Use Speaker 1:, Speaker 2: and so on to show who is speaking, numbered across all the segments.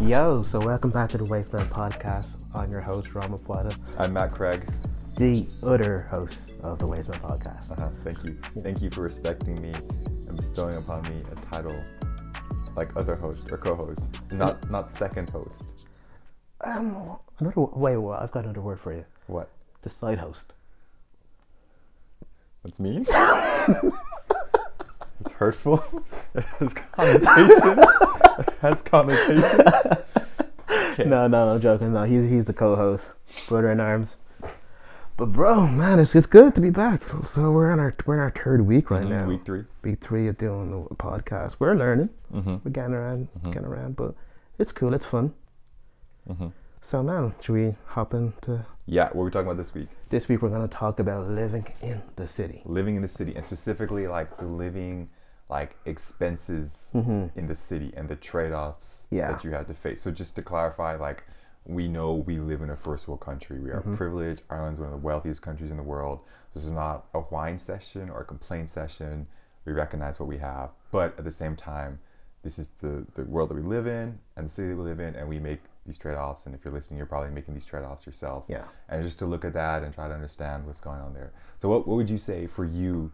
Speaker 1: Yo, so welcome back to the Wasteland Podcast. I'm your host, Rama Puada,
Speaker 2: I'm Matt Craig.
Speaker 1: the other host of the Wasteland Podcast.
Speaker 2: Uh-huh. Thank you. Thank you for respecting me and bestowing upon me a title like other host or co-host, not not second host.
Speaker 1: Um, another wait, wait, I've got another word for you.
Speaker 2: What?
Speaker 1: The side host.
Speaker 2: That's mean. it's hurtful. It has connotations. it has connotations.
Speaker 1: No, no, I'm joking. No, he's he's the co-host, brother in arms. But bro, man, it's it's good to be back. So we're in our we're in our third week right now.
Speaker 2: Week three.
Speaker 1: Week three of doing the podcast. We're learning. We're getting around, getting around, but it's cool. It's fun. So man, should we hop into
Speaker 2: Yeah. What are we talking about this week?
Speaker 1: This week we're going to talk about living in the city.
Speaker 2: Living in the city, and specifically like the living like expenses in the city and the trade-offs
Speaker 1: Mm-hmm. Yeah.
Speaker 2: that you had to face. So just to clarify, like we know we live in a first world country. We are
Speaker 1: Mm-hmm.
Speaker 2: privileged. Ireland's one of the wealthiest countries in the world. This is not a whine session or a complaint session. We recognize what we have, but at the same time, this is the, the world that we live in and the city that we live in, and we make these trade-offs. And if you're listening, you're probably making these trade-offs yourself.
Speaker 1: Yeah.
Speaker 2: And just to look at that and try to understand what's going on there. So what, what would you say for you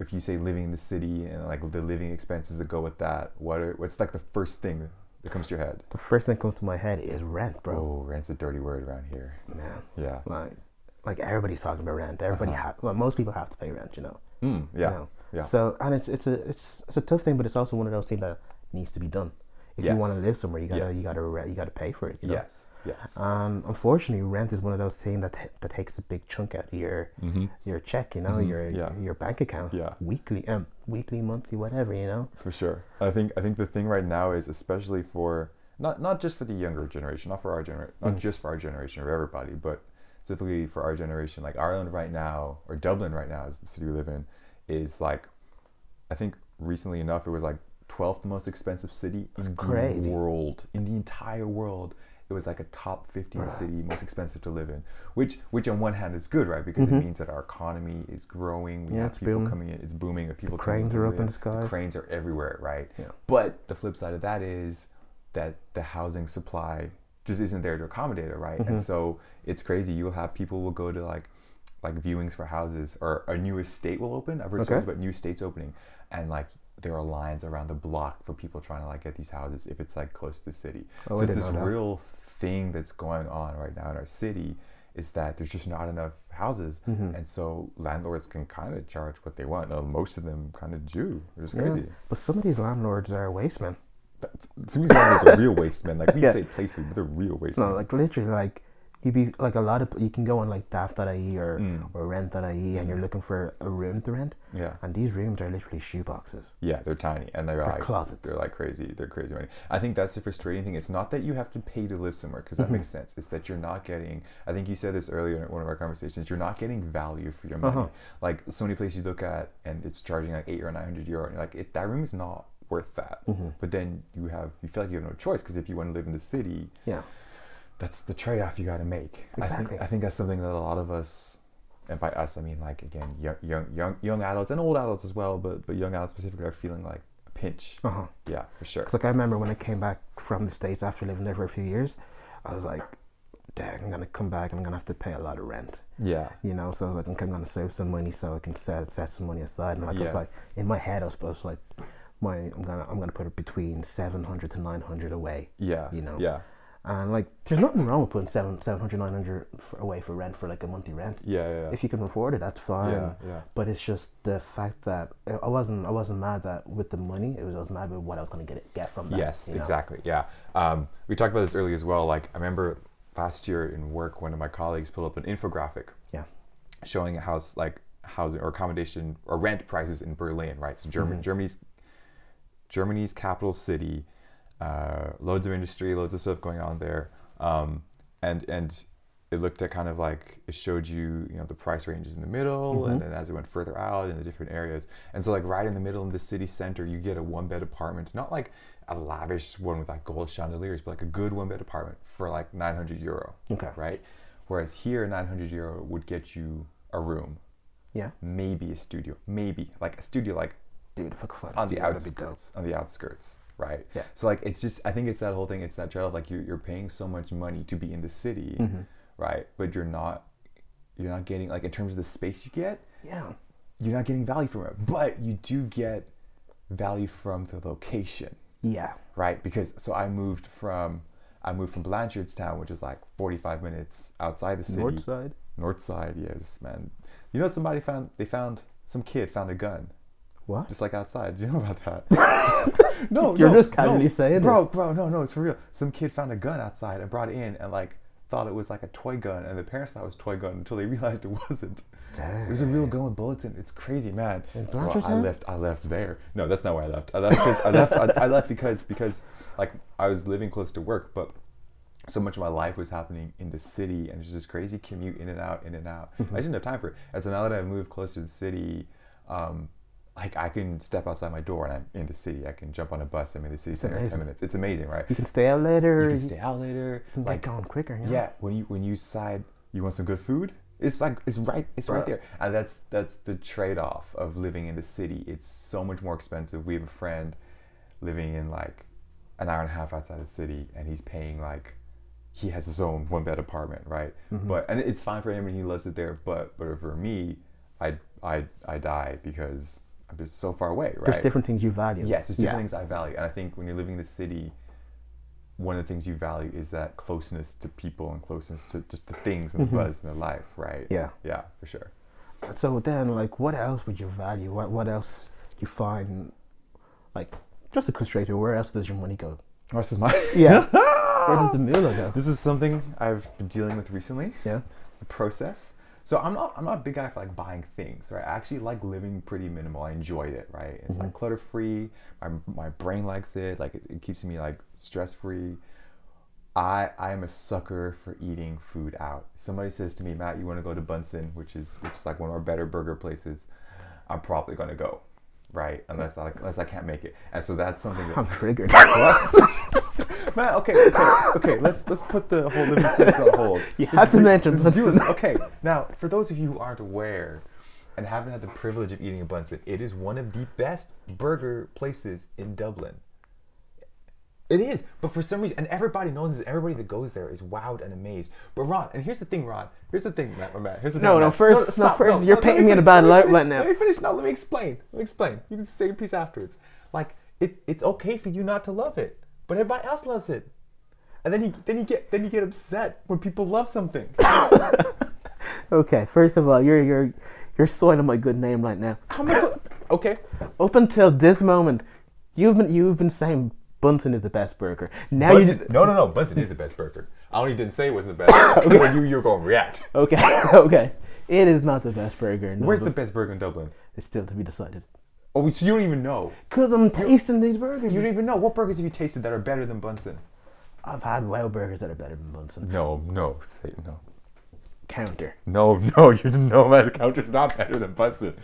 Speaker 2: if you say living in the city and like the living expenses that go with that, what are, what's like the first thing that comes to your head?
Speaker 1: The first thing that comes to my head is rent, bro.
Speaker 2: Oh, rent's a dirty word around here.
Speaker 1: Man,
Speaker 2: Yeah.
Speaker 1: like, like everybody's talking about rent. Everybody ha- well, most people have to pay rent, you know.
Speaker 2: Mm, Uh-huh. yeah.
Speaker 1: You know?
Speaker 2: Yeah.
Speaker 1: So, and it's it's a it's, it's a tough thing, but it's also one of those things that needs to be done. If you want to
Speaker 2: Yes.
Speaker 1: live somewhere, you gotta you
Speaker 2: Yes.
Speaker 1: gotta re- you gotta pay for it. You know?
Speaker 2: Yes. Yes.
Speaker 1: Um, unfortunately, rent is one of those things that ta- that takes a big chunk out of your your check, you know, your
Speaker 2: Mm-hmm. Yeah.
Speaker 1: your bank account,
Speaker 2: Yeah.
Speaker 1: weekly, um, weekly, monthly, whatever, you know.
Speaker 2: for sure. I think I think the thing right now is especially for not not just for the younger generation, not for our generation,
Speaker 1: Mm.
Speaker 2: not just for our generation or everybody, but specifically for our generation. Like Ireland right now or Dublin right now is the city we live in is like I think recently enough it was like 12th most expensive city in
Speaker 1: crazy.
Speaker 2: the world in the entire world it was like a top 15 city most expensive to live in which which on one hand is good right because it means that our economy is growing we
Speaker 1: Mm-hmm. Yeah,
Speaker 2: have
Speaker 1: it's
Speaker 2: people
Speaker 1: booming.
Speaker 2: coming in it's booming and people
Speaker 1: cranes
Speaker 2: coming
Speaker 1: are up in
Speaker 2: live,
Speaker 1: the sky.
Speaker 2: cranes are everywhere, right?
Speaker 1: Yeah.
Speaker 2: But the flip side of that is that the housing supply just isn't there to accommodate it, right?
Speaker 1: Mm-hmm.
Speaker 2: And so it's crazy. You'll have people will go to like like viewings for houses or a new estate will open. I've heard stories
Speaker 1: Okay.
Speaker 2: about new estates opening and like there are lines around the block for people trying to like get these houses if it's like close to the city.
Speaker 1: Oh, I
Speaker 2: so it's
Speaker 1: didn't
Speaker 2: this
Speaker 1: know that.
Speaker 2: real thing that's going on right now in our city is that there's just not enough houses
Speaker 1: Mm-hmm.
Speaker 2: and so landlords can kind of charge what they want and most of them kind of do which is
Speaker 1: Yeah.
Speaker 2: crazy
Speaker 1: But some of these landlords are waste men.
Speaker 2: That's- some of these landlords are real waste men like we
Speaker 1: Yeah.
Speaker 2: say place food but they're real waste
Speaker 1: No,
Speaker 2: men.
Speaker 1: like literally, like you be like a lot of you can go on like daft.ie E or or rent.ie E and you're looking for a room to rent.
Speaker 2: Yeah.
Speaker 1: And these rooms are literally shoeboxes.
Speaker 2: Yeah, they're tiny and they're, like
Speaker 1: closets.
Speaker 2: they're like crazy. They're crazy money. I think that's the frustrating thing. It's not that you have to pay to live somewhere because that makes sense. It's that you're not getting. I think you said this earlier in one of our conversations. You're not getting value for your money. Like so many places you look at and it's charging like eight or nine hundred euro, and you're like it, that room is not worth that. But then you have you feel like you have no choice because if you want to live in the city,
Speaker 1: Yeah.
Speaker 2: that's the trade-off you got to make. I
Speaker 1: Exactly.
Speaker 2: think I think that's something that a lot of us, and by us I mean like again young young young, young adults and old adults as well, but but young adults specifically are feeling like a pinch.
Speaker 1: Uh-huh.
Speaker 2: Yeah, for sure.
Speaker 1: 'Cause, like I remember when I came back from the states after living there for a few years, I was like, dang, I'm gonna come back and I'm gonna have to pay a lot of rent.
Speaker 2: Yeah,
Speaker 1: You know, so like I'm gonna save some money so I can set set some money aside. And like I was
Speaker 2: Yeah.
Speaker 1: like in my head, I was, I was like, my I'm gonna I'm gonna put it between seven hundred to nine hundred away.
Speaker 2: yeah,
Speaker 1: You know.
Speaker 2: yeah,
Speaker 1: And like, there's nothing wrong with putting seven, 700, 900 f away for rent for like a monthly rent.
Speaker 2: yeah, yeah, yeah.
Speaker 1: If you can afford it, that's fine.
Speaker 2: Yeah, yeah.
Speaker 1: But it's just the fact that I I wasn't, I wasn't mad that with the money. It was, I was mad with what I was gonna get get from that.
Speaker 2: Yes,
Speaker 1: you know?
Speaker 2: exactly. Yeah. Um, we talked about this earlier as well. Like I remember last year in work, one of my colleagues put up an infographic
Speaker 1: Yeah.
Speaker 2: showing house like housing or accommodation or rent prices in Berlin, right? So German, Germany's Germany's capital city, uh, loads of industry, loads of stuff going on there, um, and and it looked at kind of like it showed you you know the price ranges in the middle, and then as it went further out in the different areas, and so like right in the middle of the city center, you get a one bed apartment, not like a lavish one with like gold chandeliers, but like a good one bed apartment for like nine hundred euro,
Speaker 1: Okay.
Speaker 2: right? Whereas here, nine hundred euro would get you a room,
Speaker 1: Yeah.
Speaker 2: maybe a studio, maybe like a studio like
Speaker 1: Dude, fuck, fuck.
Speaker 2: on the
Speaker 1: dude, that'd be dope.
Speaker 2: outskirts. On the outskirts. right?
Speaker 1: Yeah.
Speaker 2: So like it's just I think it's that whole thing. It's that trade off. Like you're you're paying so much money to be in the city,
Speaker 1: Mm-hmm.
Speaker 2: right? But you're not you're not getting like in terms of the space you get,
Speaker 1: Yeah.
Speaker 2: you're not getting value from it. But you do get value from the location,
Speaker 1: Yeah.
Speaker 2: right? Because so I moved from I moved from Blanchardstown, which is like 45 minutes outside the city.
Speaker 1: North side.
Speaker 2: North side, yes, man. You know somebody found they found some kid found a gun
Speaker 1: What?
Speaker 2: just like outside. Did you know about that? no,
Speaker 1: You're
Speaker 2: no,
Speaker 1: just casually
Speaker 2: no.
Speaker 1: saying
Speaker 2: bro, bro. No, no, it's for real. Some kid found a gun outside and brought it in and like thought it was like a toy gun, and the parents thought it was a toy gun until they realized it wasn't. It was a real gun with bullets in it. It's crazy, man. So I
Speaker 1: Blanchardstown?
Speaker 2: left. I left there. No, that's not where I left. I left because I left. I, I left because because like I was living close to work, but so much of my life was happening in the city and there's this crazy commute in and out in and out i just didn't have time for it and so now that i've moved closer to the city um, like i can step outside my door and i'm in the city i can jump on a bus i'm in the city center in
Speaker 1: amazing.
Speaker 2: 10 minutes it's amazing right
Speaker 1: You can stay out later.
Speaker 2: you
Speaker 1: You
Speaker 2: can stay out later
Speaker 1: can
Speaker 2: like
Speaker 1: get gone quicker. Yeah.
Speaker 2: yeah when you when you decide you want some good food it's like it's right it's right
Speaker 1: Bruh.
Speaker 2: there and that's that's the trade-off of living in the city it's so much more expensive we have a friend living in like an hour and a half outside the city and he's paying like he has his own one bed apartment right
Speaker 1: Mm-hmm.
Speaker 2: but and it's fine for him and he loves it there but but for me i i i die because i'm just so far away right
Speaker 1: There's different things you value.
Speaker 2: Yes, there's different
Speaker 1: Yeah.
Speaker 2: things I value. And I think when you're living in the city, one of the things you value is that closeness to people and closeness to just the things and the buzz and the life, right?
Speaker 1: Mm-hmm. Yeah.
Speaker 2: Yeah, for sure.
Speaker 1: So then, like, what else would you value? What What else do you find, like, just to constrain to where else does your money go?
Speaker 2: Oh, this is my.
Speaker 1: Yeah. where does the meal go?
Speaker 2: This is something I've been dealing with recently.
Speaker 1: Yeah.
Speaker 2: It's a process. So I'm not I'm not a big guy for like buying things, right? I actually like living pretty minimal. I enjoy it, right? It's like clutter free. My my brain likes it. Like it, it keeps me like stress free. I I am a sucker for eating food out. Somebody says to me, Matt, you want to go to Bunsen, which is which is like one of our better burger places. I'm probably gonna go, right? Unless I unless I can't make it. And so that's something that
Speaker 1: I'm triggered.
Speaker 2: Man, okay, okay, okay. Let's let's put the whole living space on hold.
Speaker 1: You have to mention
Speaker 2: Let's do
Speaker 1: Bunsen.
Speaker 2: this. Okay, now for those of you who aren't aware and haven't had the privilege of eating a Bunsen, it is one of the best burger places in Dublin. It is, but for some reason, and everybody knows this. Everybody that goes there is wowed and amazed. But Ron, and here's the thing, Ron. Here's the thing, Matt. Matt here's the
Speaker 1: No,
Speaker 2: thing,
Speaker 1: no,
Speaker 2: Matt.
Speaker 1: first- no,
Speaker 2: stop,
Speaker 1: first, you're
Speaker 2: let
Speaker 1: painting me in a
Speaker 2: finish,
Speaker 1: bad
Speaker 2: let me
Speaker 1: light
Speaker 2: finish,
Speaker 1: right now.
Speaker 2: Let me finish. Now, let me explain. Let me explain. You can say your piece afterwards. Like it, it's okay for you not to love it, but everybody else loves it. And then he, then you get, then you get upset when people love something.
Speaker 1: okay. First of all, you're you're you're soiling my good name right now.
Speaker 2: How much? Okay.
Speaker 1: Up until this moment, you've been you've been saying Bunsen is the best burger. Now you.
Speaker 2: Bunsen, no, no, no. Bunsen is the best burger. I only didn't say it wasn't the best. okay. You, you're going to react.
Speaker 1: Okay. okay. It is not the best burger. in
Speaker 2: Where's the
Speaker 1: Dublin.
Speaker 2: best burger in Dublin?
Speaker 1: It's still to be decided.
Speaker 2: Oh, so you don't even know.
Speaker 1: Cause I'm tasting these burgers.
Speaker 2: You don't even know. What burgers have you tasted that are better than Bunsen?
Speaker 1: I've had well burgers that are better than Bunsen.
Speaker 2: No, no, say no.
Speaker 1: Counter.
Speaker 2: No, no, you didn't know man. The counter's not better than Bunsen.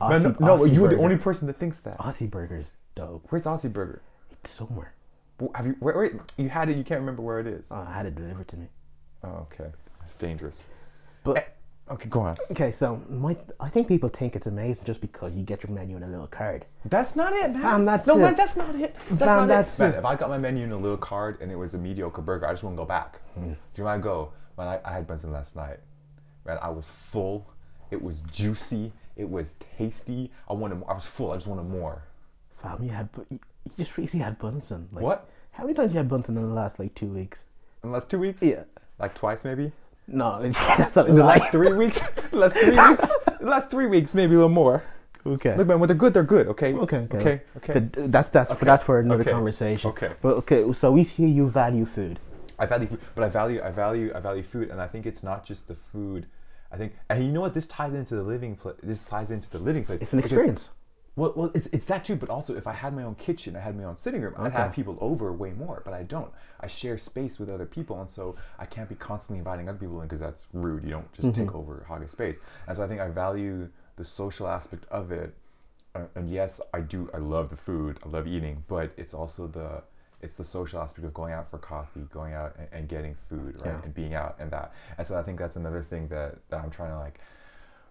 Speaker 2: Man,
Speaker 1: Aussie-
Speaker 2: no,
Speaker 1: Aussie
Speaker 2: you're
Speaker 1: burger.
Speaker 2: the only person that thinks that.
Speaker 1: Aussie burgers, dope.
Speaker 2: Where's Aussie Burger?
Speaker 1: It's somewhere.
Speaker 2: Wh- Have you where, where you had it? You can't remember where it is.
Speaker 1: Oh, I had it delivered to me.
Speaker 2: Oh, okay, it's dangerous. Eh,
Speaker 1: But
Speaker 2: Okay, go on.
Speaker 1: okay, so my I think people think it's amazing just because you get your menu and a little card.
Speaker 2: That's not it, man.
Speaker 1: Fam, that's
Speaker 2: no,
Speaker 1: it.
Speaker 2: man, that's not it. That's
Speaker 1: Fam,
Speaker 2: not
Speaker 1: that's
Speaker 2: it. Man,
Speaker 1: it.
Speaker 2: if I got my menu in a little card and it was a mediocre burger, I just wouldn't go back.
Speaker 1: Mm-hmm.
Speaker 2: Do you mind go? Man, I, I had Bunsen last night. Man, I was full. It was juicy. It was tasty. I wanted. I was full. I just wanted more.
Speaker 1: Fam, you had bu- you you just recently had Bunsen. Like,
Speaker 2: What?
Speaker 1: How many times you had Bunsen in the last like two weeks?
Speaker 2: In the last two weeks?
Speaker 1: Yeah.
Speaker 2: Like twice maybe?
Speaker 1: No, that's not a
Speaker 2: The
Speaker 1: lie.
Speaker 2: last three weeks? The last three weeks? The last three weeks, maybe a little more.
Speaker 1: Okay.
Speaker 2: Look man, when they're good, they're good, okay?
Speaker 1: Okay, okay,
Speaker 2: Okay. Okay.
Speaker 1: But that's that's that's for another
Speaker 2: okay,
Speaker 1: conversation.
Speaker 2: okay.
Speaker 1: but okay. So we see you value food.
Speaker 2: I value food, but I value I value I value food and I think it's not just the food. I think and you know what this ties into the living place this ties into the living place.
Speaker 1: It's an
Speaker 2: because-
Speaker 1: experience.
Speaker 2: Well, well, it's, it's that too, but also if I had my own kitchen, I had my own sitting room, I'd have people over way more, but I don't. I share space with other people, and so I can't be constantly inviting other people in because that's rude. You don't just take over hog a space. And so I think I value the social aspect of it. Uh, and yes, I do. I love the food. I love eating, but it's also the it's the social aspect of going out for coffee, going out and, and getting food, right,
Speaker 1: Yeah.
Speaker 2: and being out and that. And so I think that's another thing that that I'm trying to like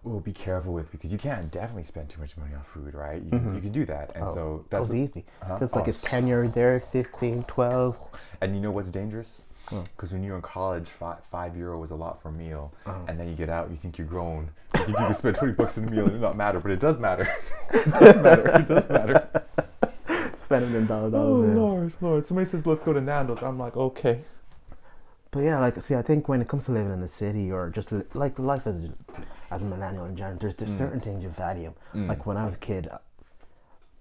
Speaker 2: oh, be careful with because you can't definitely spend too much money on food, right? You, can you can do that,
Speaker 1: Oh.
Speaker 2: and so
Speaker 1: That
Speaker 2: that's
Speaker 1: was easy.
Speaker 2: Uh-huh.
Speaker 1: Because
Speaker 2: Oh,
Speaker 1: like it's
Speaker 2: so-
Speaker 1: 10 years there, 15, 12.
Speaker 2: And you know what's dangerous? Because when you were in college, five, five euro was a lot for a meal, and then you get out, you think you're grown, you think you can spend twenty bucks on a meal, and it not matter, but it does matter. it does matter. It does matter.
Speaker 1: Spending them dollar
Speaker 2: oh
Speaker 1: dollar bills.
Speaker 2: Lord, Lord! Somebody says let's go to Nando's. I'm like, okay.
Speaker 1: But yeah, like see, I think when it comes to living in the city or just li- like life as as a millennial in general, there's, there's certain things you value. Like when I was a kid,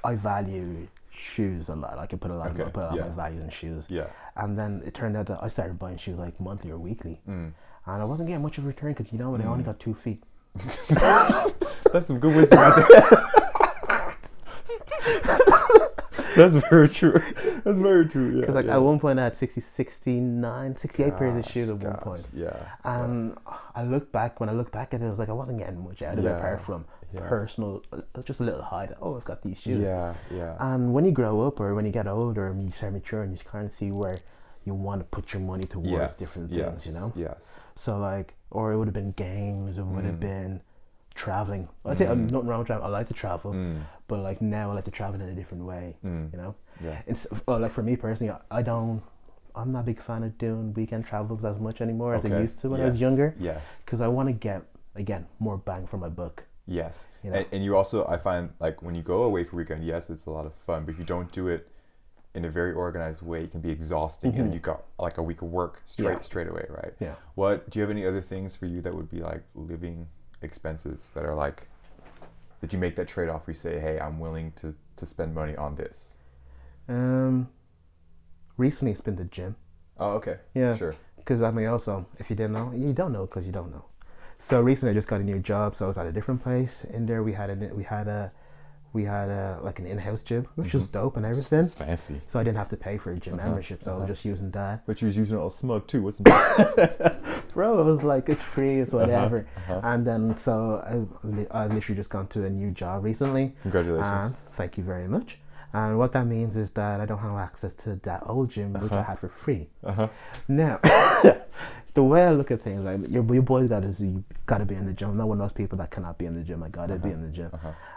Speaker 1: I valued shoes a lot. I could put a lot,
Speaker 2: Okay,
Speaker 1: of, put a lot
Speaker 2: yeah.
Speaker 1: of my values in shoes.
Speaker 2: Yeah.
Speaker 1: And then it turned out that I started buying shoes like monthly or weekly, and I wasn't getting much of a return because you know when I only got two feet.
Speaker 2: That's some good wisdom right there. That's very true. That's very true. Yeah,
Speaker 1: Because like
Speaker 2: yeah.
Speaker 1: at one point I had 60, 69, 68 pairs of
Speaker 2: Gosh,
Speaker 1: shoes at one
Speaker 2: Oh,
Speaker 1: Um,
Speaker 2: gosh,
Speaker 1: point.
Speaker 2: Yeah.
Speaker 1: And I look back when I look back at it, I was like I wasn't getting much out of it
Speaker 2: Yeah,
Speaker 1: apart from
Speaker 2: yeah.
Speaker 1: personal, uh, just a little high. That, oh, I've got these shoes.
Speaker 2: Yeah. Yeah.
Speaker 1: And when you grow up or when you get older and you start maturing, you kind of see where you want to put your money towards
Speaker 2: yes.
Speaker 1: different
Speaker 2: yes.
Speaker 1: things, you know?
Speaker 2: Yes.
Speaker 1: So, like, or it would have been games, it would
Speaker 2: Mm.
Speaker 1: have been traveling. I think I'm nothing wrong with traveling. I like to travel,
Speaker 2: Mm.
Speaker 1: but like now I like to travel in a different way, you know?
Speaker 2: Yeah.
Speaker 1: It's, well, oh, like for me personally, I- I don't, I'm not a big fan of doing weekend travels as much anymore as I
Speaker 2: Okay.
Speaker 1: used to when I was
Speaker 2: Yes,
Speaker 1: younger
Speaker 2: Yes.
Speaker 1: because I want to get, again, more bang for my buck.
Speaker 2: Yes.
Speaker 1: You know?
Speaker 2: And, and you also, I find like when you go away for weekend, yes, it's a lot of fun, but if you don't do it in a very organized way, it can be exhausting, and you got like a week of work straight
Speaker 1: Yeah.
Speaker 2: straight away, right?
Speaker 1: Yeah.
Speaker 2: What do you have any other things for you that would be like living expenses that are like that you make that trade off? We say, hey, I'm willing to to spend money on this.
Speaker 1: Um, recently, it's been the gym.
Speaker 2: Oh, okay.
Speaker 1: Yeah.
Speaker 2: Sure.
Speaker 1: Because I mean, also, if you didn't know, you don't know because you don't know. So recently, I just got a new job, so I was at a different place. In there, we had a we had a we had a like an in-house gym, which was dope and everything.
Speaker 2: fancy.
Speaker 1: So I didn't have to pay for a gym membership, so I was just using that.
Speaker 2: But you was using it all smug too, wasn't
Speaker 1: Bro, it was like it's free, it's whatever. And then so I li- I literally just gone to a new job recently.
Speaker 2: Congratulations.
Speaker 1: And thank you very much. And what that means is that I don't have access to that old gym, which I had for free.
Speaker 2: Uh-huh.
Speaker 1: Now, the way I look at things, like your, your boys got is you got to be in the gym. I'm not one of those people that cannot be in the gym. I got to
Speaker 2: Uh-huh.
Speaker 1: be in the gym,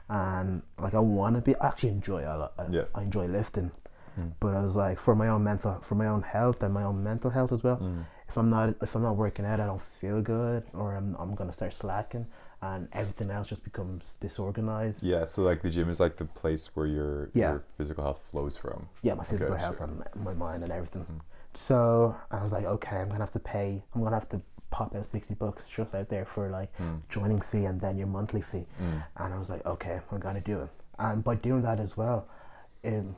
Speaker 1: and like I want to be. I actually enjoy a lot. I,
Speaker 2: Yeah. Hmm.
Speaker 1: I enjoy lifting, but I was like for my own mental, for my own health and my own mental health as well.
Speaker 2: Hmm.
Speaker 1: If I'm not if I'm not working out, I don't feel good, or I'm I'm gonna start slacking, and everything else just becomes disorganized.
Speaker 2: Yeah. So like the gym is like the place where your
Speaker 1: Yeah.
Speaker 2: your physical health flows from.
Speaker 1: yeah, my physical
Speaker 2: Okay, Mm-hmm.
Speaker 1: health
Speaker 2: sure.
Speaker 1: and my- my mind and everything. So I was like, okay, I'm gonna have to pay. I'm gonna have to pop out sixty bucks just out there for like
Speaker 2: Mm.
Speaker 1: joining fee and then your monthly fee. And I was like, okay, I'm gonna do it. And by doing that as well, um,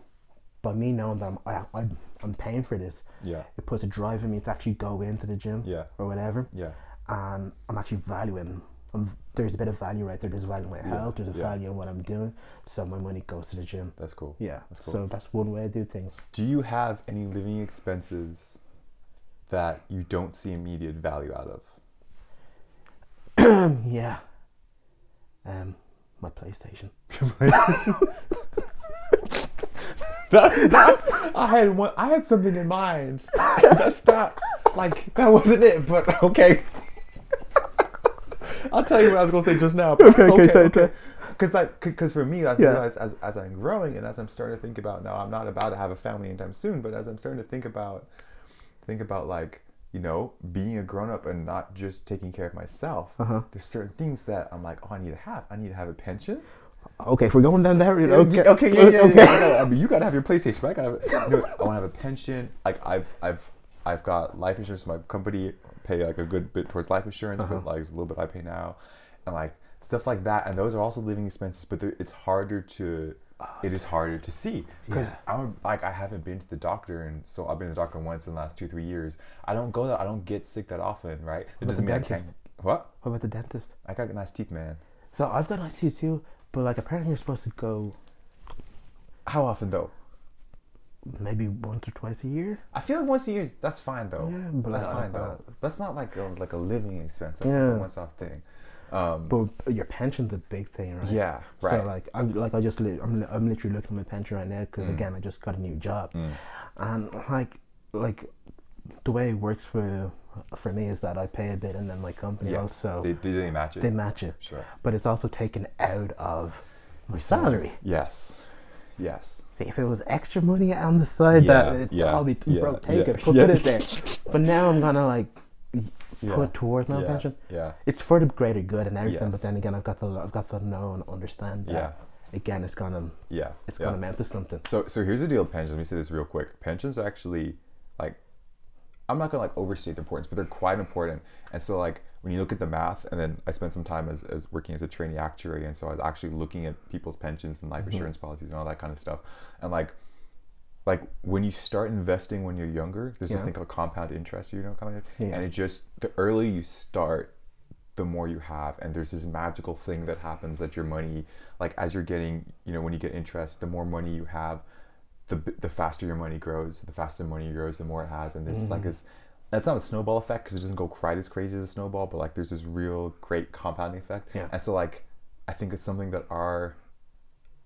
Speaker 1: by me knowing that I'm, I, I'm I'm paying for this,
Speaker 2: Yeah.
Speaker 1: it puts a drive in me to actually go into the gym
Speaker 2: Yeah.
Speaker 1: or whatever.
Speaker 2: Yeah.
Speaker 1: And I'm actually valuing. I'm, there's a bit of value right there. There's value in my health. There's a
Speaker 2: yeah.
Speaker 1: value in what I'm doing. So my money goes to the gym.
Speaker 2: That's cool.
Speaker 1: Yeah.
Speaker 2: That's cool.
Speaker 1: So that's one way I do things.
Speaker 2: Do you have any living expenses that you don't see immediate value out of?
Speaker 1: Yeah. Um, my PlayStation.
Speaker 2: That's not. I had one. I had something in mind. That's not like that wasn't it. But okay. I'll tell you what I was gonna say just now. but
Speaker 1: Okay, okay, tell- tell.
Speaker 2: Because like, because for me, I
Speaker 1: Yeah.
Speaker 2: realized as as I'm growing and as I'm starting to think about now, I'm not about to have a family anytime soon. But as I'm starting to think about, think about like you know being a grown up and not just taking care of myself.
Speaker 1: Uh-huh.
Speaker 2: There's certain things that I'm like, oh, I need to have. I need to have a pension.
Speaker 1: Okay, if we're going down that route, okay. Uh,
Speaker 2: Yeah, okay, yeah, yeah,
Speaker 1: okay.
Speaker 2: yeah. I, know. I mean, you gotta have your PlayStation. But I gotta, have, you know, I want to have a pension. Like I've, I've, I've got life insurance. My company pay like a good bit towards life insurance,
Speaker 1: Uh-huh.
Speaker 2: but like it's a little bit I pay now, and like stuff like that. And those are also living expenses, but they're- it's harder to. It is harder to see because I'm like I haven't been to the doctor, and so I've been to the doctor once in the last two three years. I don't go that I don't get sick that often, right? It doesn't mean I can't.
Speaker 1: dentist?
Speaker 2: What?
Speaker 1: What about the dentist?
Speaker 2: I got nice teeth, man.
Speaker 1: So I've got ICU too, but like apparently you're supposed to go
Speaker 2: How often though?
Speaker 1: maybe once or twice a year.
Speaker 2: I feel like once a year is that's fine though.
Speaker 1: Yeah, but
Speaker 2: that's
Speaker 1: I-
Speaker 2: fine
Speaker 1: I-
Speaker 2: though. That's not like a, like a living expense. That's like
Speaker 1: Yeah.
Speaker 2: a once-off thing. Um,
Speaker 1: But your pension's a big thing, right?
Speaker 2: yeah, right.
Speaker 1: So like I'm like I just li- I'm, li- I'm Mm. literally looking at my pension right now because again I just got a new job, and like like the way it works for for me is that I pay a bit and then my company
Speaker 2: Yeah.
Speaker 1: also
Speaker 2: They, they didn't match it.
Speaker 1: they match it.
Speaker 2: sure.
Speaker 1: But it's also taken out of my salary.
Speaker 2: Yes. Yes.
Speaker 1: See, if it was extra money on the side, that
Speaker 2: Yeah,
Speaker 1: it
Speaker 2: yeah,
Speaker 1: probably
Speaker 2: yeah,
Speaker 1: bro, take
Speaker 2: yeah,
Speaker 1: it, put,
Speaker 2: yeah.
Speaker 1: put it there. But now I'm gonna like
Speaker 2: Yeah.
Speaker 1: put towards my
Speaker 2: yeah.
Speaker 1: pension.
Speaker 2: Yeah.
Speaker 1: It's for the greater good and everything. But
Speaker 2: Yes.
Speaker 1: then again, I've got to I've got to know and understand that.
Speaker 2: Yeah.
Speaker 1: Again, it's gonna
Speaker 2: Yeah.
Speaker 1: it's
Speaker 2: yeah.
Speaker 1: gonna amount to something.
Speaker 2: So so here's the deal with pensions. Let me say this real quick. Pensions are actually like I'm not gonna like overstate their importance, but they're quite important. And so like when you look at the math, and then I spent some time as, as working as a trainee actuary, and so I was actually looking at people's pensions and
Speaker 1: Mm-hmm.
Speaker 2: life insurance policies and all that kind of stuff. And like like when you start investing when you're younger, there's this
Speaker 1: Yeah.
Speaker 2: thing called compound interest, you know, compound interest,
Speaker 1: Yeah.
Speaker 2: and it just the earlier you start, the more you have, and there's this magical thing that happens that your money, like as you're getting, you know, when you get interest, the more money you have, the b- the faster your money grows, the faster the money grows, the more it has, and there's
Speaker 1: Mm-hmm.
Speaker 2: like this. That's not a snowball effect because it doesn't go quite as crazy as a snowball, but like there's this real great compounding effect,
Speaker 1: Yeah.
Speaker 2: and so like I think it's something that our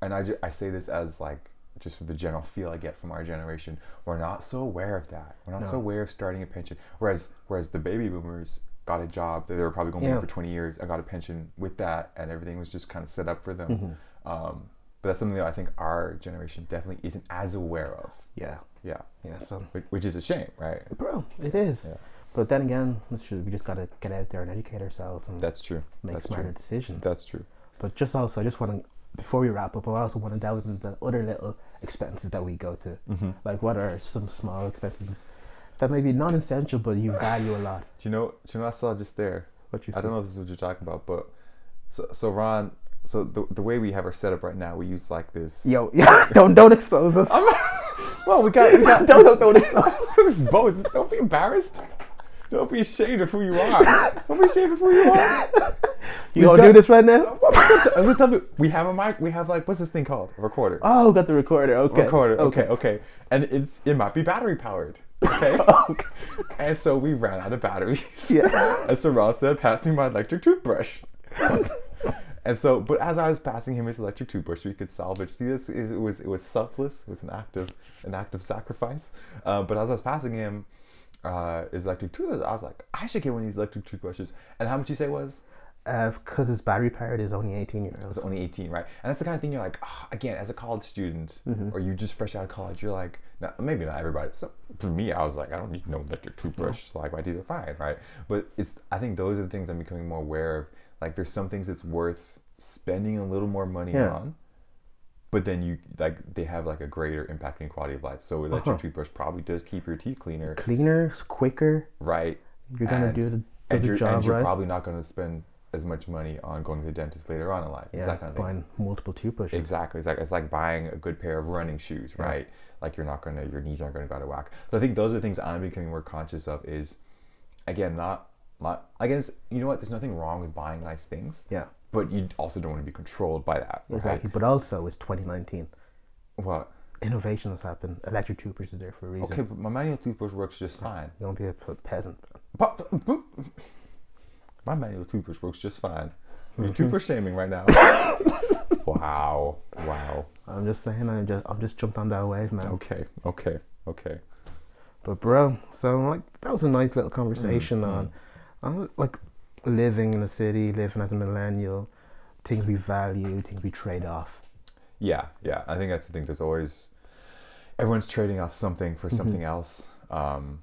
Speaker 2: and I, ju- I say this as like just for the general feel I get from our generation, we're not so aware of that. We're not so aware of starting a pension. Whereas whereas the baby boomers got a job that they were probably going to
Speaker 1: Yeah.
Speaker 2: be for 20 years. I got a pension with that, and everything was just kind of set up for them. Um, but that's something that I think our generation definitely isn't as aware of.
Speaker 1: Yeah.
Speaker 2: Yeah,
Speaker 1: Yeah. So,
Speaker 2: which, which is a shame, right?
Speaker 1: bro, it is.
Speaker 2: Yeah.
Speaker 1: But then again, it's ju- we just gotta get out there and educate ourselves and
Speaker 2: That's true.
Speaker 1: make
Speaker 2: that's
Speaker 1: smarter
Speaker 2: true.
Speaker 1: decisions.
Speaker 2: That's true.
Speaker 1: But just also, I just want to, before we wrap up, I also want to delve into the other little expenses that we go to. Like, what are some small expenses that may be non essential but you value a lot?
Speaker 2: Do you know? Do you know? what I saw just there.
Speaker 1: What you
Speaker 2: I don't
Speaker 1: see?
Speaker 2: know if this is what you're talking about, but so so Ron. So the, the way we have our setup right now, we use like this.
Speaker 1: Yo, yeah, don't don't expose us.
Speaker 2: Well, we got we got
Speaker 1: don't, don't don't expose. us.
Speaker 2: this both. Don't be embarrassed. Don't be ashamed of who you are. Don't be ashamed of who you are.
Speaker 1: You gonna
Speaker 2: got-
Speaker 1: do this right now?
Speaker 2: I'm gonna tell you, we have a mic. We have like what's this thing called? A recorder.
Speaker 1: Oh, got the recorder. Okay.
Speaker 2: recorder. Okay. okay, And it's it might be battery powered. Okay. and so we ran out of batteries.
Speaker 1: Yeah.
Speaker 2: and so Ross said, "Pass me my electric toothbrush." and so, but as I was passing him his electric toothbrush, we could salvage. See, this is, it was it was selfless. It was an act of an act of sacrifice. Uh, but as I was passing him uh, his electric toothbrush, I was like, "I should get one of these electric toothbrushes." And how much you say it was?
Speaker 1: Because it's Uh, battery powered is only 18 euros.
Speaker 2: was only 18, right? And that's the kind of thing you're like, "Ah," again, as a college student,
Speaker 1: Mm-hmm.
Speaker 2: or you just fresh out of college, you're like, no, maybe not everybody. So for me, I was like, I don't need no electric toothbrush. Like, I do they're fine, right? But it's, I think those are the things I'm becoming more aware of. Like, there's some things it's worth spending a little more money
Speaker 1: Yeah.
Speaker 2: on, but then you like they have like a greater impact in quality of life. So
Speaker 1: Uh-huh.
Speaker 2: electric toothbrush probably does keep your teeth cleaner,
Speaker 1: Cleaner, quicker.
Speaker 2: right?
Speaker 1: You're gonna
Speaker 2: And-
Speaker 1: do the, do
Speaker 2: and
Speaker 1: the
Speaker 2: you're,
Speaker 1: job
Speaker 2: and you're
Speaker 1: right.
Speaker 2: probably not going to spend as much money on going to the dentist later on in life. It's
Speaker 1: yeah,
Speaker 2: that kind of thing.
Speaker 1: buying multiple toothbrushes.
Speaker 2: Exactly. It's like it's like buying a good pair of running shoes, right? Like you're not gonna your knees aren't gonna go out of whack. So I think those are things I'm becoming more conscious of is again not not I guess you know what, there's nothing wrong with buying nice things.
Speaker 1: Yeah.
Speaker 2: But you also don't want to be controlled by that. Right?
Speaker 1: Exactly. But also, it's 2019.
Speaker 2: What?
Speaker 1: Innovation has happened. Electric tubers are there for a reason.
Speaker 2: Okay, but my manual toothbrush works just fine.
Speaker 1: You don't be a pe- peasant.
Speaker 2: But, but- but- my manual toothbrush works just fine. You're toothbrush shaming right now. wow. Wow.
Speaker 1: I'm just saying. I'm just. I'm just jumped on that wave, man.
Speaker 2: Okay. Okay. Okay.
Speaker 1: But bro, so like that was a nice little conversation on, on like living in the city, living as a millennial, things we value, things we trade off.
Speaker 2: Yeah, yeah. I think that's the thing. There's always everyone's trading off something for something else. Um,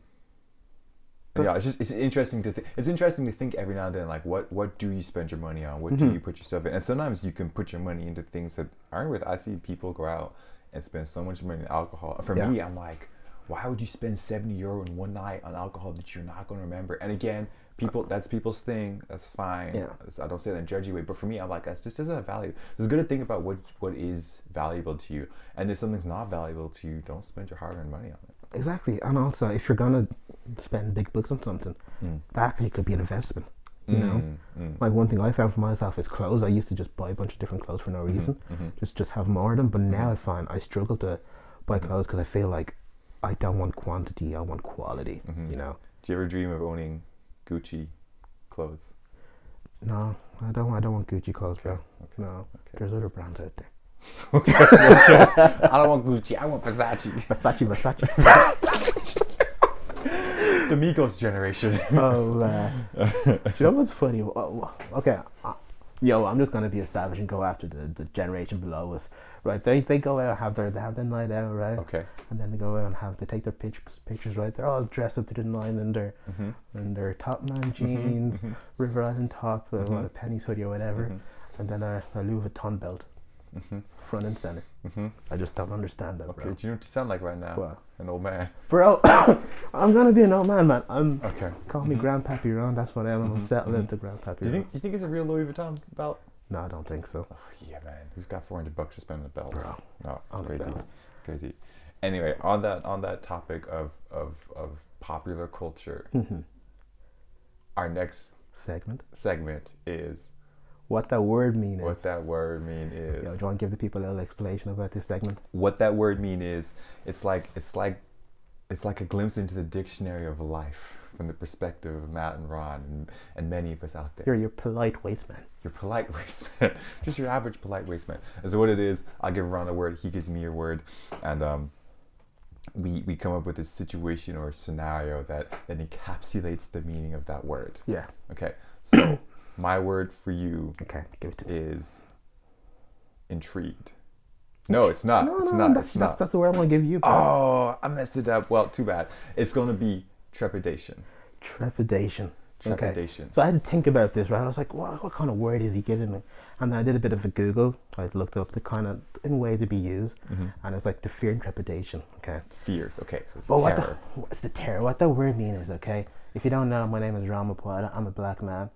Speaker 2: yeah, it's just it's interesting to think. It's interesting to think every now and then, like what what do you spend your money on? What do
Speaker 1: Mm-hmm.
Speaker 2: you put your stuff in? And sometimes you can put your money into things that aren't worth. I see people go out and spend so much money on alcohol. For
Speaker 1: Yeah.
Speaker 2: me, I'm like, why would you spend seventy euro in one night on alcohol that you're not going to remember? And again, people that's people's thing. That's fine.
Speaker 1: Yeah.
Speaker 2: It's- I don't say that in a judgy way, but for me, I'm like, that's just doesn't have value. It's good to think about what what is valuable to you, and if something's not valuable to you, don't spend your hard-earned money on it.
Speaker 1: Exactly. And also, if you're gonna spend big bucks on something, that actually could be an investment. You know, like one thing I found for myself is clothes. I used to just buy a bunch of different clothes for no reason, just just have more of them. But now I find I struggle to buy clothes because I feel like I don't want quantity, I want quality. You know,
Speaker 2: Do you ever dream of owning Gucci clothes?
Speaker 1: no, I don't. I don't want Gucci clothes, bro. No,
Speaker 2: okay.
Speaker 1: there's other brands out there.
Speaker 2: I don't want Gucci. I want Versace.
Speaker 1: Versace, Versace.
Speaker 2: the Migos generation.
Speaker 1: Oh, man. Do you know what's funny? Oh, okay, uh, yo, I'm just gonna be a savage and go after the, the generation below us, right? They they go out and have their they have their night out, right?
Speaker 2: okay.
Speaker 1: And then they go out and have they take their pictures pictures, right? They're all dressed up to the nine in their
Speaker 2: Mm-hmm.
Speaker 1: in their top man jeans, River Island top, uh,
Speaker 2: Mm-hmm.
Speaker 1: what, a penny's hoodie or whatever, and then a, a Louis Vuitton belt, front and center. I just don't understand that,
Speaker 2: Mm-hmm. Okay, do you know what you sound like right now?
Speaker 1: What?
Speaker 2: An old man.
Speaker 1: bro. Bro, I'm gonna be an old man, man. I'm.
Speaker 2: Okay.
Speaker 1: Call me Grandpappy Ron, that's what I am. I'm settled into Grandpappy
Speaker 2: Mm-hmm. Do you
Speaker 1: Ron.
Speaker 2: think you think it's a real Louis Vuitton belt?
Speaker 1: No, I don't think so.
Speaker 2: Oh, yeah, man. Who's got 400 bucks to spend on a belt?
Speaker 1: Bro,
Speaker 2: No, it's
Speaker 1: on a
Speaker 2: crazy.
Speaker 1: belt.
Speaker 2: Crazy. Anyway, on that on that topic of of of popular culture, our next
Speaker 1: Segment.
Speaker 2: segment is
Speaker 1: What that word mean is.
Speaker 2: what that word mean is.
Speaker 1: Yo, do you want to give the people a little explanation about this segment?
Speaker 2: what that word mean is it's like it's like it's like a glimpse into the dictionary of life from the perspective of Matt and Ron and, and many of us out there.
Speaker 1: You're your polite waste man.
Speaker 2: Your polite wasteman, just your average polite wasteman. And so what it is, I give Ron a word, he gives me a word, and um, we we come up with a situation or a scenario that that encapsulates the meaning of that word.
Speaker 1: Yeah.
Speaker 2: Okay, so my word for you
Speaker 1: Okay, give it to me.
Speaker 2: is intrigued. No, it's not.
Speaker 1: No,
Speaker 2: it's
Speaker 1: no,
Speaker 2: not.
Speaker 1: that's,
Speaker 2: it's
Speaker 1: that's,
Speaker 2: not.
Speaker 1: that's the word I want to give you. bro.
Speaker 2: Oh, I messed it up. Well, too bad. It's going to be trepidation.
Speaker 1: Trepidation. Okay.
Speaker 2: Trepidation.
Speaker 1: So I had to think about this, right? I was like, what, what kind of word is he giving me? And then I did a bit of a Google. I looked up the kind of in way to be used.
Speaker 2: Mm-hmm.
Speaker 1: And it's like the fear and trepidation. Okay.
Speaker 2: Fears. Okay, so it's
Speaker 1: But what the,
Speaker 2: terror.
Speaker 1: what's the terror? What that word mean is, okay? If you don't know, my name is Rama Poeta. I'm a black man.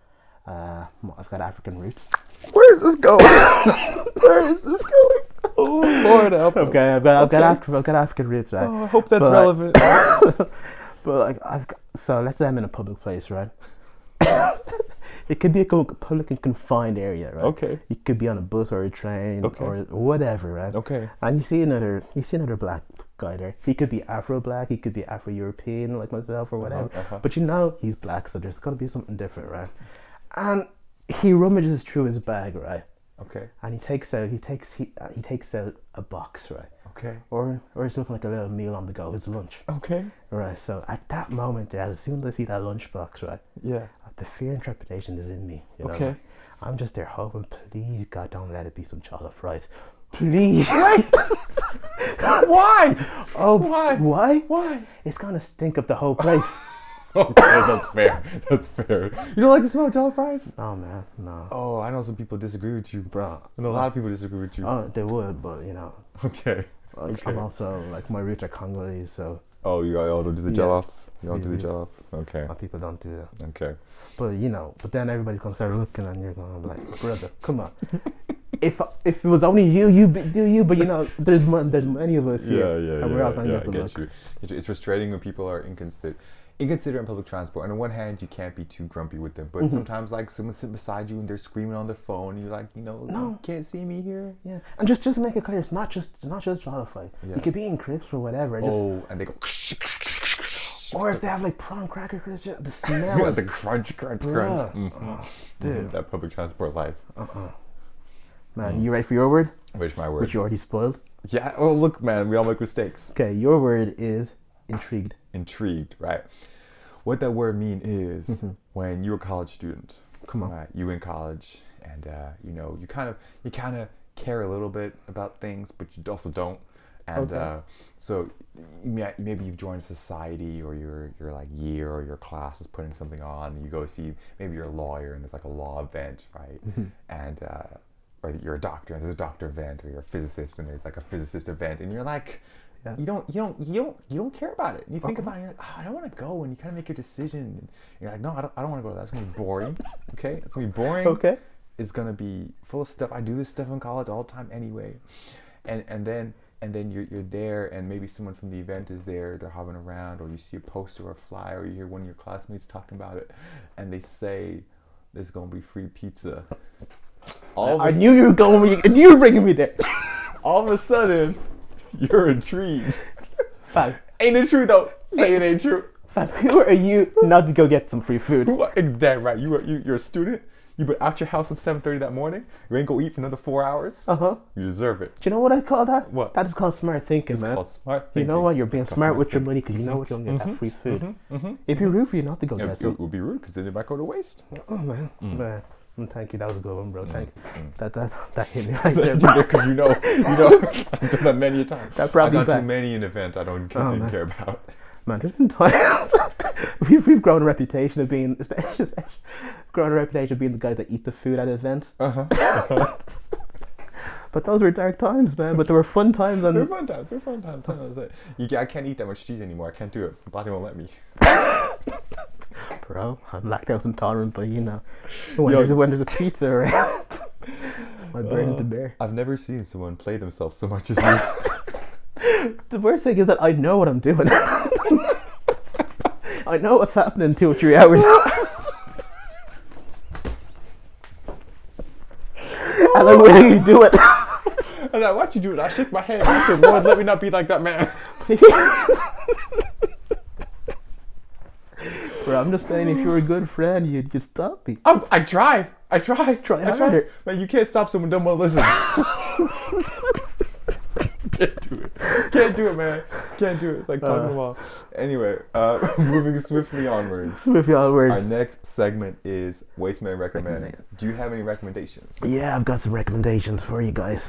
Speaker 1: Uh, I've got African roots.
Speaker 2: Where is this going? Where is this going? Oh, Lord help us.
Speaker 1: Okay, I've got, I've got, Afri- I've got African roots, right?
Speaker 2: Oh, I hope that's
Speaker 1: But-
Speaker 2: relevant.
Speaker 1: But like, I've got, so let's say I'm in a public place, right? it could be a co- public and confined area, right?
Speaker 2: Okay.
Speaker 1: It could be on a bus or a train
Speaker 2: Okay.
Speaker 1: or whatever, right?
Speaker 2: Okay.
Speaker 1: And you see another, you see another black guy there. He could be Afro-black, he could be Afro-European, like myself or whatever.
Speaker 2: uh-huh.
Speaker 1: But you know he's black, so there's got to be something different, right? And he rummages through his bag, right?
Speaker 2: Okay.
Speaker 1: And he takes out, he takes, he, uh, he takes out a box, right?
Speaker 2: Okay.
Speaker 1: Or, or it's looking like a little meal on the go, his lunch.
Speaker 2: Okay.
Speaker 1: Right, so at that moment, there, as soon as I see that lunchbox, right,
Speaker 2: Yeah.
Speaker 1: the fear and trepidation is in me. You know?
Speaker 2: Okay.
Speaker 1: I'm just there hoping, please, God, don't let it be some chocolate fries. Please.
Speaker 2: Why?
Speaker 1: oh,
Speaker 2: Why?
Speaker 1: Why?
Speaker 2: Why?
Speaker 1: It's going to stink up the whole place.
Speaker 2: Okay, that's fair. That's fair. You don't like the smell of jello fries?
Speaker 1: oh, man, no.
Speaker 2: Oh, I know some people disagree with you, bro.
Speaker 1: Bro.
Speaker 2: And a lot of people disagree with you.
Speaker 1: Oh, they would, but, you know,
Speaker 2: Okay.
Speaker 1: like, I'm also, like, my roots are Congolese, so
Speaker 2: Oh, you oh, don't do the jello? You don't do the
Speaker 1: Yeah.
Speaker 2: jello? Okay.
Speaker 1: my people don't do that.
Speaker 2: Okay.
Speaker 1: But, you know, but then everybody's going to start looking and you're going to be like, brother, come on. If, if it was only you, you be- do you, but you know, there's mon- there's many of us
Speaker 2: Yeah,
Speaker 1: here,
Speaker 2: yeah, yeah.
Speaker 1: and we're all going to
Speaker 2: yeah,
Speaker 1: get the
Speaker 2: I get
Speaker 1: looks.
Speaker 2: you. Get you. It's frustrating when people are inconsider- inconsiderate on public transport. On the one hand, you can't be too grumpy with them, but
Speaker 1: Mm-hmm.
Speaker 2: sometimes, like, someone sitting beside you and they're screaming on the phone, and you're like, you know, you can't see me here.
Speaker 1: Yeah, and just just to make it clear, it's not just it's not just jollof rice.
Speaker 2: Yeah.
Speaker 1: It could be in crisps or whatever. it Just,
Speaker 2: Oh, and they go.
Speaker 1: Or if they have like prawn cracker crisps, ju- the
Speaker 2: You
Speaker 1: smell
Speaker 2: got
Speaker 1: is
Speaker 2: the crunch, crunch,
Speaker 1: Bruh.
Speaker 2: crunch. Mhm.
Speaker 1: dude.
Speaker 2: That public transport life. Mm.
Speaker 1: Man, you ready for your word,
Speaker 2: Which my
Speaker 1: which
Speaker 2: word.
Speaker 1: you already spoiled?
Speaker 2: Yeah. Oh, look, man, we all make mistakes.
Speaker 1: Okay, your word is intrigued.
Speaker 2: intrigued, right? What that word mean is when you're a college student.
Speaker 1: Mm-hmm. Come on.
Speaker 2: right, you in college, and uh, you know you kind of you kind of care a little bit about things, but you also don't. And
Speaker 1: Okay.
Speaker 2: uh, so you may- maybe you've joined society, or your your like year or your class is putting something on. And you go see maybe you're a lawyer, and there's like a law event, right?
Speaker 1: Mm-hmm.
Speaker 2: And uh, or you're a doctor, and there's a doctor event, or you're a physicist, and there's like a physicist event, and you're like,
Speaker 1: Yeah. Uh-huh.
Speaker 2: you don't, you don't, you don't, you don't care about it. And you think about it, and you're like, oh, I don't want to go, and you kind of make your decision. And you're like, no, I don't, I don't want to go. to that. That's gonna be boring. okay, it's gonna be boring.
Speaker 1: Okay.
Speaker 2: it's gonna be full of stuff. I do this stuff in college all the time anyway, and and then and then you're you're there, and maybe someone from the event is there. They're hopping around, or you see a poster or a flyer, or you hear one of your classmates talking about it, and they say there's gonna be free pizza. All of a
Speaker 1: I knew you were going. I knew you were bringing me there.
Speaker 2: all of a sudden, you're intrigued.
Speaker 1: Fab,
Speaker 2: Ain't it true though? Say it ain't true.
Speaker 1: Fab, who are you not to go get some free food?
Speaker 2: What? Damn right. You are, you you're a student. You've been out your house at 7.30 that morning. You ain't go eat for another four hours.
Speaker 1: Uh huh.
Speaker 2: You deserve it.
Speaker 1: Do you know what I call that?
Speaker 2: What?
Speaker 1: That is called smart thinking,
Speaker 2: It's
Speaker 1: man.
Speaker 2: called smart
Speaker 1: you know
Speaker 2: thinking.
Speaker 1: what? You're being
Speaker 2: It's called
Speaker 1: smart with your money because you know what you're gonna get that free food. It'd be rude for you not to go
Speaker 2: Yeah,
Speaker 1: get
Speaker 2: it,
Speaker 1: some.
Speaker 2: would be rude because then it might go to waste.
Speaker 1: Oh man, man. Mm, Thank you. That was a good one, bro. Thank
Speaker 2: Mm.
Speaker 1: that that that hit me right there. bro.
Speaker 2: Because you know, you know, I've done that many a time.
Speaker 1: That brought
Speaker 2: I
Speaker 1: me
Speaker 2: got
Speaker 1: back.
Speaker 2: too many in event I don't
Speaker 1: Oh,
Speaker 2: didn't
Speaker 1: man.
Speaker 2: care about.
Speaker 1: Man, there's been times we've, we've grown a reputation of being, especially, grown a reputation of being the guys that eat the food at events.
Speaker 2: Uh-huh.
Speaker 1: but those were dark times, man. But there were fun times,
Speaker 2: They're
Speaker 1: and
Speaker 2: fun times. They're fun times. That's it. You, ca- I can't eat that much cheese anymore. I can't do it. My body won't let me.
Speaker 1: bro, I'm lactose intolerant, but you know, when,
Speaker 2: Yo.
Speaker 1: there's, when there's a pizza around, it's my burden to bear.
Speaker 2: I've never seen someone play themselves so much as you.
Speaker 1: The worst thing is that I know what I'm doing. I know what's happening in two or three hours. and I willingly do it.
Speaker 2: and I watch you do it. I shake my head. I said, Lord, let me not be like that man.
Speaker 1: Bro, I'm just saying, if you were a good friend, you'd just stop me.
Speaker 2: I'm, I try. I try.
Speaker 1: Try
Speaker 2: I try.
Speaker 1: harder.
Speaker 2: But you can't stop someone don't want to listen. can't do it. Can't do it, man. Can't do it. It's like
Speaker 1: Uh.
Speaker 2: talking to a wall. Anyway, uh, moving swiftly onwards.
Speaker 1: With your
Speaker 2: Our
Speaker 1: words.
Speaker 2: next segment is Waste Man Recommends.
Speaker 1: Recommend.
Speaker 2: Do you have any recommendations?
Speaker 1: Yeah, I've got some recommendations for you guys.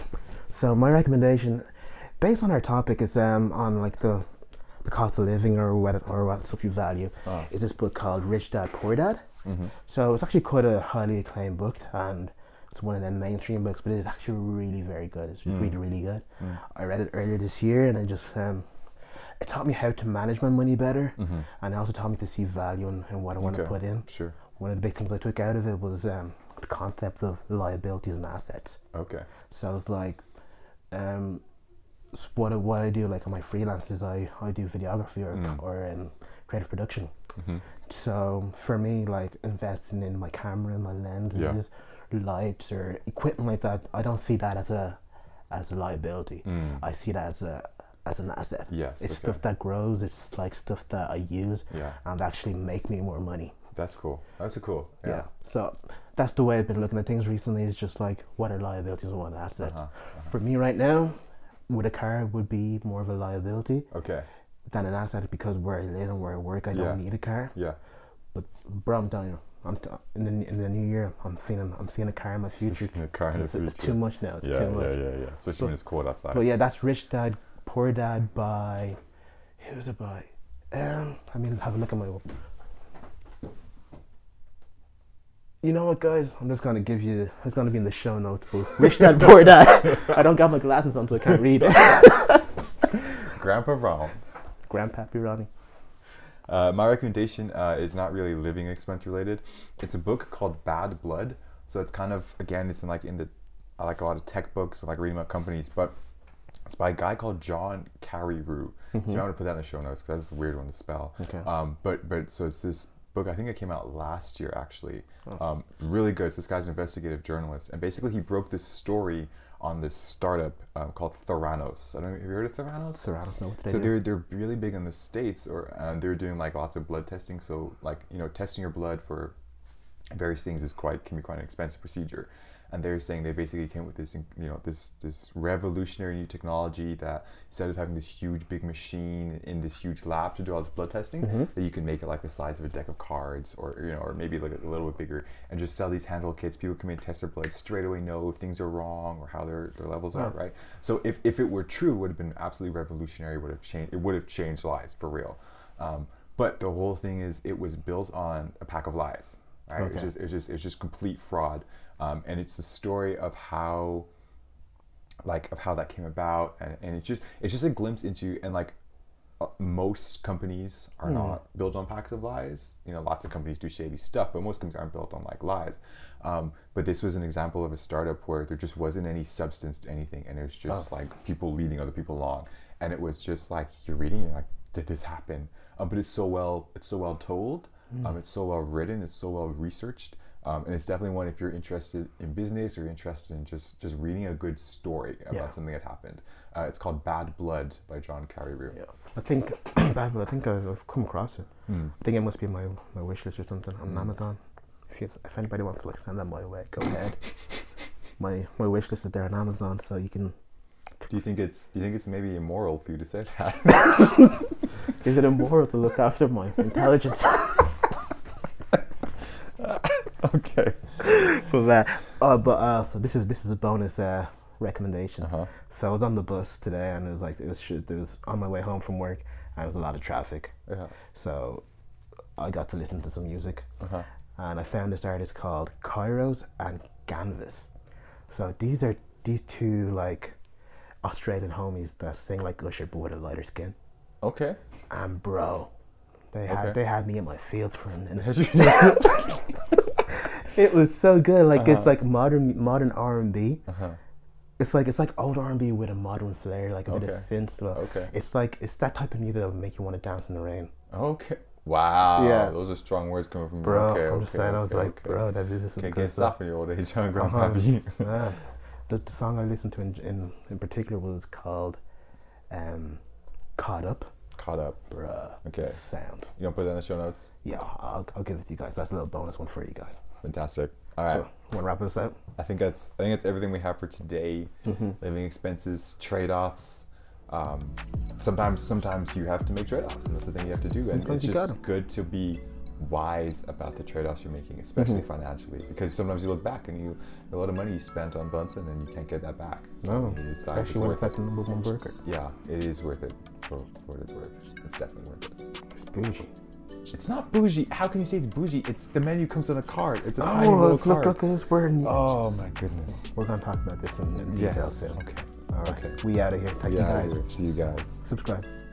Speaker 1: So my recommendation, based on our topic, is um on like the the cost of living or what or what stuff you value.
Speaker 2: Ah. Mm-hmm.
Speaker 1: Is this book called Rich Dad Poor Dad? So it's actually quite a highly acclaimed book, and it's one of the mainstream books, but it is actually really very good. It's really
Speaker 2: Mm.
Speaker 1: really good. I read it earlier this year, and it just um. It taught me how to manage my money better, and it also taught me to see value in, in what I want to
Speaker 2: Mm-hmm. Okay,
Speaker 1: put in.
Speaker 2: Sure.
Speaker 1: One of the big things I took out of it was um, the concept of liabilities and assets.
Speaker 2: Okay.
Speaker 1: So I was like, um, s- what, I- what I do like on my freelances, I, I do videography or,
Speaker 2: Mm.
Speaker 1: or um, creative production.
Speaker 2: Mm-hmm.
Speaker 1: So for me, like investing in my camera and my lenses,
Speaker 2: Yeah.
Speaker 1: lights or equipment like that, I don't see that as a as a liability. I see that as a as an asset.
Speaker 2: Mm. Yes,
Speaker 1: it's
Speaker 2: okay.
Speaker 1: stuff that grows. It's like stuff that I use
Speaker 2: Yeah.
Speaker 1: and actually make me more money.
Speaker 2: That's cool. That's a cool.
Speaker 1: Yeah. So that's the way I've been looking at things recently. Is just like what are liabilities and what are assets.
Speaker 2: Uh-huh.
Speaker 1: For me right now, with a car would be more of a liability
Speaker 2: Okay.
Speaker 1: than an asset because where I live and where I work, I
Speaker 2: Yeah.
Speaker 1: don't need a car.
Speaker 2: Yeah.
Speaker 1: But bro, I'm telling you, I'm t- in, the, in the new year, I'm seeing I'm seeing a car in my future.
Speaker 2: In a car in the
Speaker 1: It's, it's
Speaker 2: future.
Speaker 1: too much now. It's
Speaker 2: yeah,
Speaker 1: too much.
Speaker 2: yeah, yeah, yeah. Especially when it's cold outside.
Speaker 1: But yeah, that's Rich Dad Poor Dad by who's it by? Um, I mean, have a look at my. You know what, guys? I'm just gonna give you. It's gonna be in the show notes. but Rich Dad Poor Dad. I don't got my glasses on, so I can't read.
Speaker 2: Grandpa Ron.
Speaker 1: Grandpappy Ronnie.
Speaker 2: Uh, my recommendation uh, is not really living expense related. It's a book called Bad Blood. So it's kind of again, it's in like in the I like a lot of tech books, I like reading about companies, but it's by a guy called John Carreyrou. So I'm gonna put that in the show notes because that's a weird one to spell.
Speaker 1: Okay.
Speaker 2: Um, but but so it's this book. I think it came out last year actually. Um, really good. So this guy's an investigative journalist, and basically he broke this story on this startup um, called Theranos. I don't have you heard of Theranos?
Speaker 1: So I don't know what they
Speaker 2: So
Speaker 1: do.
Speaker 2: they're they're really big in the states, or uh, they're doing like lots of blood testing. So like you know, testing your blood for various things is quite can be quite an expensive procedure. And they're saying they basically came with this you know this this revolutionary new technology that instead of having this huge big machine in this huge lab to do all this blood testing, that you can make it like the size of a deck of cards, or you know, or maybe like a little bit bigger, and just sell these handheld kits. People come in, test their blood straight away, know if things are wrong or how their their levels are right? So if, if it were true, it would have been absolutely revolutionary. Would have changed. It would have changed lives for real. Um, but the whole thing is, it was built on a pack of lies. Right? It's
Speaker 1: Okay.
Speaker 2: just it's just it's just complete fraud. Um, and it's the story of how like of how that came about and, and it's just it's just a glimpse into and like uh, most companies are not built on packs of lies you know lots of companies do shady stuff but most companies aren't built on like lies um, but this was an example of a startup where there just wasn't any substance to anything and it was just like people leading other people along and it was just like you're reading you're like did this happen um, but it's so well it's so well told um, it's so well written it's so well researched um, and it's definitely one if you're interested in business or you're interested in just just reading a good story about
Speaker 1: Yeah.
Speaker 2: something that happened. Uh, it's called Bad Blood by John Carreyrou.
Speaker 1: Yeah. I think
Speaker 2: Hmm.
Speaker 1: bad, but I think I've, I've come across it. I think it must be in my my wish list or something on Amazon. If if you if anybody wants to like send them my way, go ahead. my my wish list is there on Amazon, so you can.
Speaker 2: Do you think it's do you think it's maybe immoral for you to say that?
Speaker 1: Is it immoral to look after my intelligence?
Speaker 2: okay.
Speaker 1: for that. Uh, but uh, so this is this is a bonus uh, recommendation.
Speaker 2: Uh-huh.
Speaker 1: So I was on the bus today, and it was like it was shit. It was on my way home from work, and it was a lot of traffic.
Speaker 2: Yeah.
Speaker 1: So I got to listen to some music,
Speaker 2: Uh-huh.
Speaker 1: and I found this artist called Kairos and Ganvas. So these are these two like Australian homies that sing like Usher but with a lighter skin.
Speaker 2: Okay.
Speaker 1: And bro, they had
Speaker 2: Okay.
Speaker 1: they had me in my fields for a minute.
Speaker 2: yeah.
Speaker 1: it was so good. Like
Speaker 2: Uh-huh.
Speaker 1: it's like modern modern R and B. It's like it's like old R and B with a modern flair, like a bit of
Speaker 2: Okay.
Speaker 1: synth. Like,
Speaker 2: Okay.
Speaker 1: It's like it's that type of music that would make you want to dance in the rain,
Speaker 2: Okay. Wow.
Speaker 1: Yeah.
Speaker 2: Those are strong words coming from you.
Speaker 1: bro.
Speaker 2: Okay,
Speaker 1: I'm
Speaker 2: okay,
Speaker 1: just saying. I was
Speaker 2: okay,
Speaker 1: like,
Speaker 2: okay.
Speaker 1: bro, that this is Uh-huh. some
Speaker 2: Can't
Speaker 1: good
Speaker 2: get
Speaker 1: stuff.
Speaker 2: stuff in your old age, huh, grandpa? B?
Speaker 1: Man, the, the song I listened to in in, in particular was called um, "Caught Up,"
Speaker 2: Caught up.
Speaker 1: bruh.
Speaker 2: Okay.
Speaker 1: Sound.
Speaker 2: You gonna put that in the show notes?
Speaker 1: Yeah, I'll, I'll give it to you guys. That's a little bonus one for you guys.
Speaker 2: Fantastic. All right.
Speaker 1: Want to Oh, wrap this up?
Speaker 2: I think that's I think that's everything we have for today.
Speaker 1: Mm-hmm.
Speaker 2: Living expenses, trade offs. Um, sometimes sometimes you have to make trade offs, and that's the thing you have to do. And
Speaker 1: Sometimes
Speaker 2: it's
Speaker 1: you
Speaker 2: just
Speaker 1: gotta.
Speaker 2: good to be wise about the trade offs you're making, especially
Speaker 1: Mm-hmm.
Speaker 2: financially, because sometimes you look back and you a lot of money you spent on Bunsen and you can't get that back. So you decide it's
Speaker 1: Especially when
Speaker 2: worth
Speaker 1: it's
Speaker 2: it.
Speaker 1: like the number one burger.
Speaker 2: Yeah, it is worth it for what it's worth. It's definitely worth it.
Speaker 1: It's bougie.
Speaker 2: It's not bougie. How can you say it's bougie? It's the menu comes on a card. It's a tiny
Speaker 1: Oh,
Speaker 2: little
Speaker 1: let's look,
Speaker 2: card.
Speaker 1: look at this word.
Speaker 2: Oh my goodness.
Speaker 1: We're gonna talk about this in, in detail
Speaker 2: Yes.
Speaker 1: soon.
Speaker 2: Okay.
Speaker 1: All right,
Speaker 2: Okay.
Speaker 1: we out of here. Thank
Speaker 2: Yeah.
Speaker 1: you guys.
Speaker 2: See you guys.
Speaker 1: Subscribe.